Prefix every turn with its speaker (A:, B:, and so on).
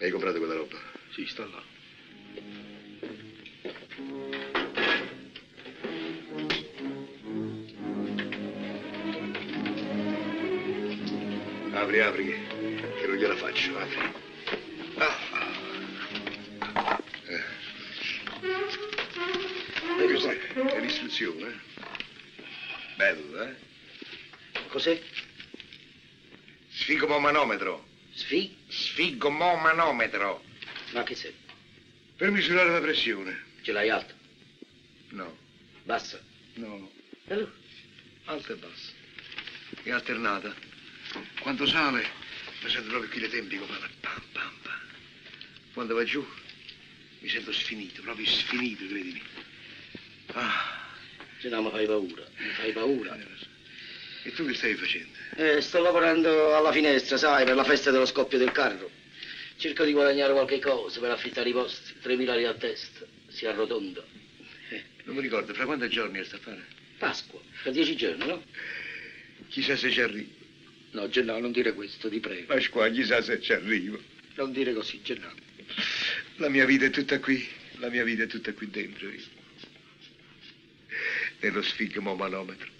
A: Hai comprato quella roba?
B: Sì, sta là.
A: Apri, apri, che, che non gliela faccio, apri. Ah. Eh. E cos'è? È l'istruzione, eh? Bello, eh?
C: Cos'è?
A: Sfigomomanometro.
C: Sfig?
A: Sfigomomanometro.
C: Ma che serve?
A: Per misurare la pressione.
C: Ce l'hai alta,
A: No,
C: bassa.
A: no,
C: E allora?
A: alta e bassa. È alternata. Quando sale, mi sento proprio qui le tempie come la pam pam pam. Quando va giù, mi sento sfinito, proprio sfinito, credimi. Ah,
C: Se no mi fai paura, mi fai paura.
A: e tu che stai facendo?
C: Eh, sto lavorando alla finestra, sai, per la festa dello scoppio del carro. Cerco di guadagnare qualche cosa per affittare i posti. 3.000 lire a testa, si arrotonda.
A: Non mi ricordo, fra quanti giorni è sta a fare?
C: Pasqua, fra dieci giorni, no?
A: Chissà se ci arrivo.
C: No, Gennaro, non dire questo, ti prego.
A: Pasqua, chissà se ci arrivo.
C: Non dire così, Gennaro.
A: La mia vita è tutta qui, la mia vita è tutta qui dentro. io. Nello sfigmo manometro.